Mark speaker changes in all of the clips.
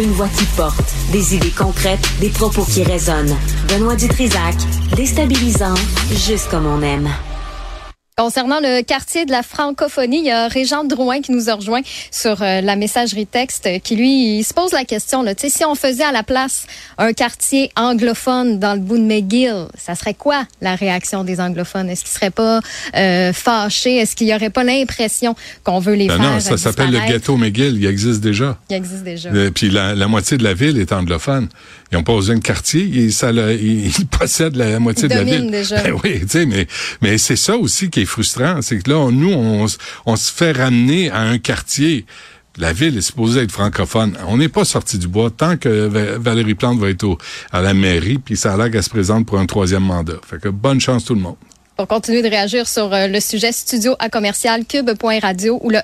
Speaker 1: Une voix qui porte, des idées concrètes, des propos qui résonnent. Benoît Dutrisac, déstabilisant, juste comme on aime.
Speaker 2: Concernant le quartier de la francophonie, il y a Régent Drouin qui nous a rejoint sur euh, la messagerie texte, euh, qui lui il se pose la question, là, Tu sais, si on faisait à la place un quartier anglophone dans le bout de McGill, ça serait quoi la réaction des anglophones? Est-ce qu'ils seraient pas euh, fâchés? Est-ce qu'il y aurait pas l'impression qu'on veut les
Speaker 3: Ben
Speaker 2: faire
Speaker 3: non, ça s'appelle le
Speaker 2: disparaître?
Speaker 3: ghetto McGill, il existe déjà.
Speaker 2: Il existe déjà.
Speaker 3: Euh, Puis la, la moitié de la ville est anglophone. Ils n'ont pas besoin de quartier, ils, ça le- ils- ils possèdent la moitié
Speaker 2: Ils
Speaker 3: de la
Speaker 2: dominent
Speaker 3: ville.
Speaker 2: déjà.
Speaker 3: Ben oui, tu sais, mais, mais c'est ça aussi qui est frustrant, c'est que là, on- nous, on, s- on se fait ramener à un quartier. La ville est supposée être francophone. On n'est pas sorti du bois tant que Va- Valérie Plante va être au- à la mairie, puis ça a l'air qu'elle se présente pour un troisième mandat. Fait que bonne chance tout le monde.
Speaker 2: Pour continuer de réagir sur euh, le sujet, studio à commercial cube.radio ou le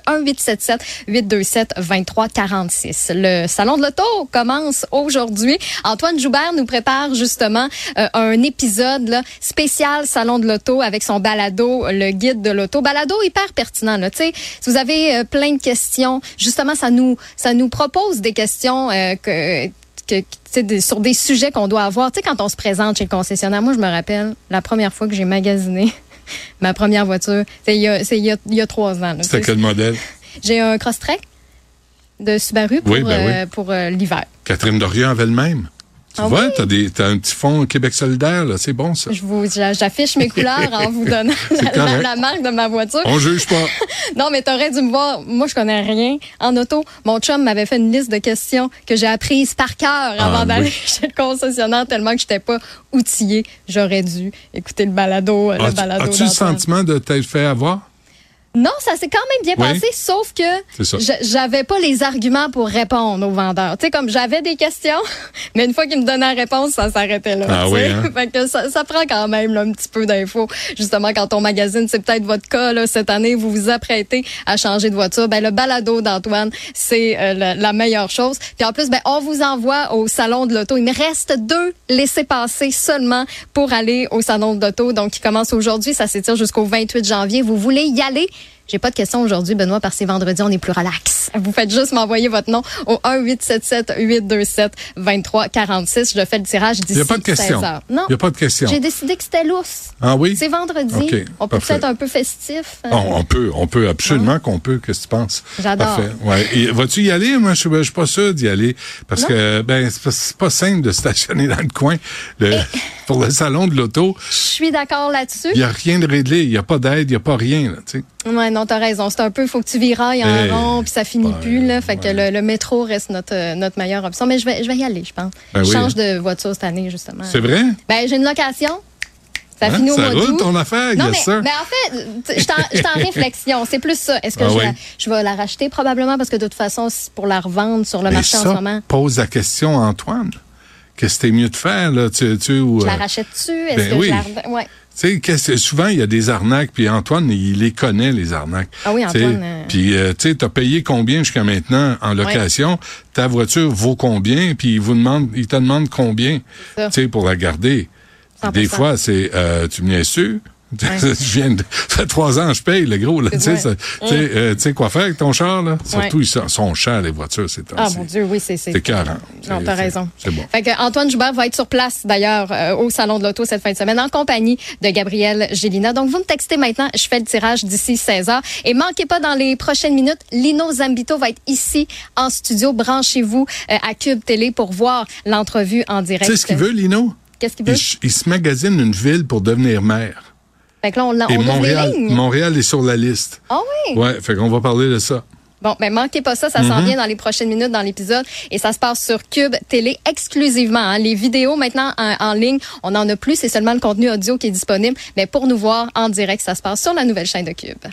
Speaker 2: 1877-827-2346. Le salon de l'auto commence aujourd'hui. Antoine Joubert nous prépare justement euh, un épisode là, spécial salon de l'auto avec son balado, euh, le guide de l'auto. Balado hyper pertinent. Là. Tu sais, Si vous avez euh, plein de questions, justement, ça nous, ça nous propose des questions euh, que que, tu sais, des- sur des sujets qu'on doit avoir. Tu sais, quand on se présente chez le concessionnaire, moi, je me rappelle la première fois que j'ai magasiné ma première voiture, c'est il y a, c'est il y a- il y a trois ans. là.
Speaker 3: C'était quel modèle?
Speaker 2: J'ai un Crosstrek de Subaru pour,
Speaker 3: Oui, ben oui.
Speaker 2: euh, pour euh, l'hiver.
Speaker 3: Catherine Dorion avait le même. Tu
Speaker 2: Ah
Speaker 3: vois,
Speaker 2: oui?
Speaker 3: t'as des- t'as un petit fond Québec solidaire, là, c'est bon ça.
Speaker 2: Je vous, j'a- j'affiche mes couleurs en vous donnant
Speaker 3: C'est
Speaker 2: la, la-
Speaker 3: correct.
Speaker 2: la marque de ma voiture.
Speaker 3: On juge pas.
Speaker 2: Non, mais t'aurais dû me voir. Moi, je connais rien en auto. Mon chum m'avait fait une liste de questions que j'ai apprises par cœur avant
Speaker 3: Ah,
Speaker 2: d'aller
Speaker 3: oui.
Speaker 2: chez le concessionnaire tellement que j'étais pas outillée. J'aurais dû écouter le balado, euh, le
Speaker 3: As-tu
Speaker 2: balado.
Speaker 3: Ah, as-tu le
Speaker 2: d'Antoine.
Speaker 3: sentiment de t'être fait avoir?
Speaker 2: Non, ça s'est quand même bien
Speaker 3: Oui.
Speaker 2: passé, sauf que
Speaker 3: C'est ça.
Speaker 2: j'a- j'avais pas les arguments pour répondre aux vendeurs. Tu sais, comme j'avais des questions, mais une fois qu'ils me donnaient la réponse, ça s'arrêtait là.
Speaker 3: Ah
Speaker 2: tu sais.
Speaker 3: oui, hein?
Speaker 2: Fait que ça, ça prend quand même là, un petit peu d'infos. Justement, quand on magazine, c'est peut-être votre cas. Là, cette année, vous vous apprêtez à changer de voiture. Ben, le balado d'Antoine, c'est euh, la, la meilleure chose. Puis en plus, ben, on vous envoie au salon de l'auto. Il me reste deux laissés-passer seulement pour aller au salon de l'auto. Donc, qui commence aujourd'hui. Ça s'étire jusqu'au 28 janvier. Vous voulez y aller? J'ai pas de questions aujourd'hui, Benoît, parce que c'est vendredi, on est plus relax. Vous faites juste m'envoyer votre nom au 1-877-827-2346. Je fais le tirage
Speaker 3: Il n'y
Speaker 2: d'ici
Speaker 3: a pas de
Speaker 2: 16
Speaker 3: question.
Speaker 2: heures. Non.
Speaker 3: Il n'y a pas de question.
Speaker 2: J'ai décidé que c'était lousse.
Speaker 3: Ah oui?
Speaker 2: C'est vendredi.
Speaker 3: Ok,
Speaker 2: on peut
Speaker 3: parfait.
Speaker 2: peut-être un peu festif. euh,
Speaker 3: On, on peut, on peut, absolument qu'on peut. Qu'est-ce que tu penses?
Speaker 2: Hein? J'adore.
Speaker 3: Parfait. Ouais. Et Vas-tu y aller? Moi, je ne suis pas sûr d'y aller. Parce
Speaker 2: Non.
Speaker 3: que, ben, c'est pas- c'est pas simple de stationner dans le coin. Le- pour le salon de l'auto,
Speaker 2: Je suis d'accord là-dessus.
Speaker 3: il n'y a rien de réglé. Il n'y a pas d'aide, il n'y a pas rien, là, tu sais.
Speaker 2: Ouais, non, t'as raison. C'est un peu, faut que tu virailles en
Speaker 3: Eh,
Speaker 2: rond, puis ça finit
Speaker 3: ben,
Speaker 2: plus, là. Fait que
Speaker 3: ouais.
Speaker 2: le, le métro reste notre, euh, notre meilleure option. Mais je vais, je vais y aller, je pense.
Speaker 3: Ben
Speaker 2: je
Speaker 3: oui,
Speaker 2: change de voiture cette année, justement.
Speaker 3: C'est vrai?
Speaker 2: Ben, j'ai une location. Ça
Speaker 3: Hein?
Speaker 2: finit au
Speaker 3: Ça
Speaker 2: mois
Speaker 3: roule
Speaker 2: d'août.
Speaker 3: ton affaire,
Speaker 2: Non,
Speaker 3: yes,
Speaker 2: mais,
Speaker 3: sir.
Speaker 2: mais en fait, tu- je suis en- je suis en réflexion. C'est plus ça. Est-ce que
Speaker 3: Ah
Speaker 2: je,
Speaker 3: oui.
Speaker 2: la- je vais la racheter probablement parce que de toute façon, c'est pour la revendre sur le
Speaker 3: Mais
Speaker 2: marché en
Speaker 3: ça,
Speaker 2: ce moment,
Speaker 3: pose la question à Antoine. Qu'est-ce que t'es mieux de faire, là? Tu, tu, ou,
Speaker 2: je la
Speaker 3: euh,
Speaker 2: rachète-tu? Est-ce
Speaker 3: ben
Speaker 2: que
Speaker 3: oui.
Speaker 2: je la revends? Ouais.
Speaker 3: Tu sais, qu'est-ce que- souvent, il y a des arnaques, puis Antoine, il les connaît, les arnaques.
Speaker 2: Ah oui,
Speaker 3: Tu sais,
Speaker 2: Antoine, euh,
Speaker 3: Puis, euh, tu sais, t'as payé combien jusqu'à maintenant en location? Ta voiture vaut combien? Puis, il vous demande, il te demande combien,
Speaker 2: C'est ça.
Speaker 3: tu sais, pour la garder.
Speaker 2: 100%.
Speaker 3: Des fois, c'est, euh, tu me l'as su? je viens de, ça fait trois ans, je paye, le gros, là. Tu sais,
Speaker 2: Ouais. Mm.
Speaker 3: ça- tu sais, euh, tu sais quoi faire avec ton char, là? Surtout, ils sont- sont chers, les voitures, c'est
Speaker 2: Ah, mon Dieu, oui, c'est.
Speaker 3: C'est 40.
Speaker 2: Non, t'as raison.
Speaker 3: C'est bon.
Speaker 2: Fait que Antoine Joubert va être sur place, d'ailleurs, euh, au Salon de l'Auto cette fin de semaine, en compagnie de Gabriel Gélina. Donc, vous me textez maintenant. Je fais le tirage d'ici 16 h Et manquez pas dans les prochaines minutes, Lino Zambito va être ici, en studio. Branchez-vous euh, à Cube Télé pour voir l'entrevue en direct.
Speaker 3: Tu sais ce qu'il veut, Lino?
Speaker 2: Qu'est-ce qu'il veut?
Speaker 3: Il, ch- il se magasine une ville pour devenir maire.
Speaker 2: Fait que là, on, l'a-
Speaker 3: Et
Speaker 2: on ouvre les
Speaker 3: Montréal,
Speaker 2: lignes.
Speaker 3: Montréal est sur la liste.
Speaker 2: Ah oui?
Speaker 3: Ouais, fait qu'on va parler de ça.
Speaker 2: Bon, ben manquez pas ça, ça s'en vient dans les prochaines minutes dans l'épisode et ça se passe sur Cube Télé exclusivement. hein. Les vidéos maintenant hein, en, en ligne, on n'en a plus, c'est seulement le contenu audio qui est disponible. Mais pour nous voir en direct, ça se passe sur la nouvelle chaîne de Cube.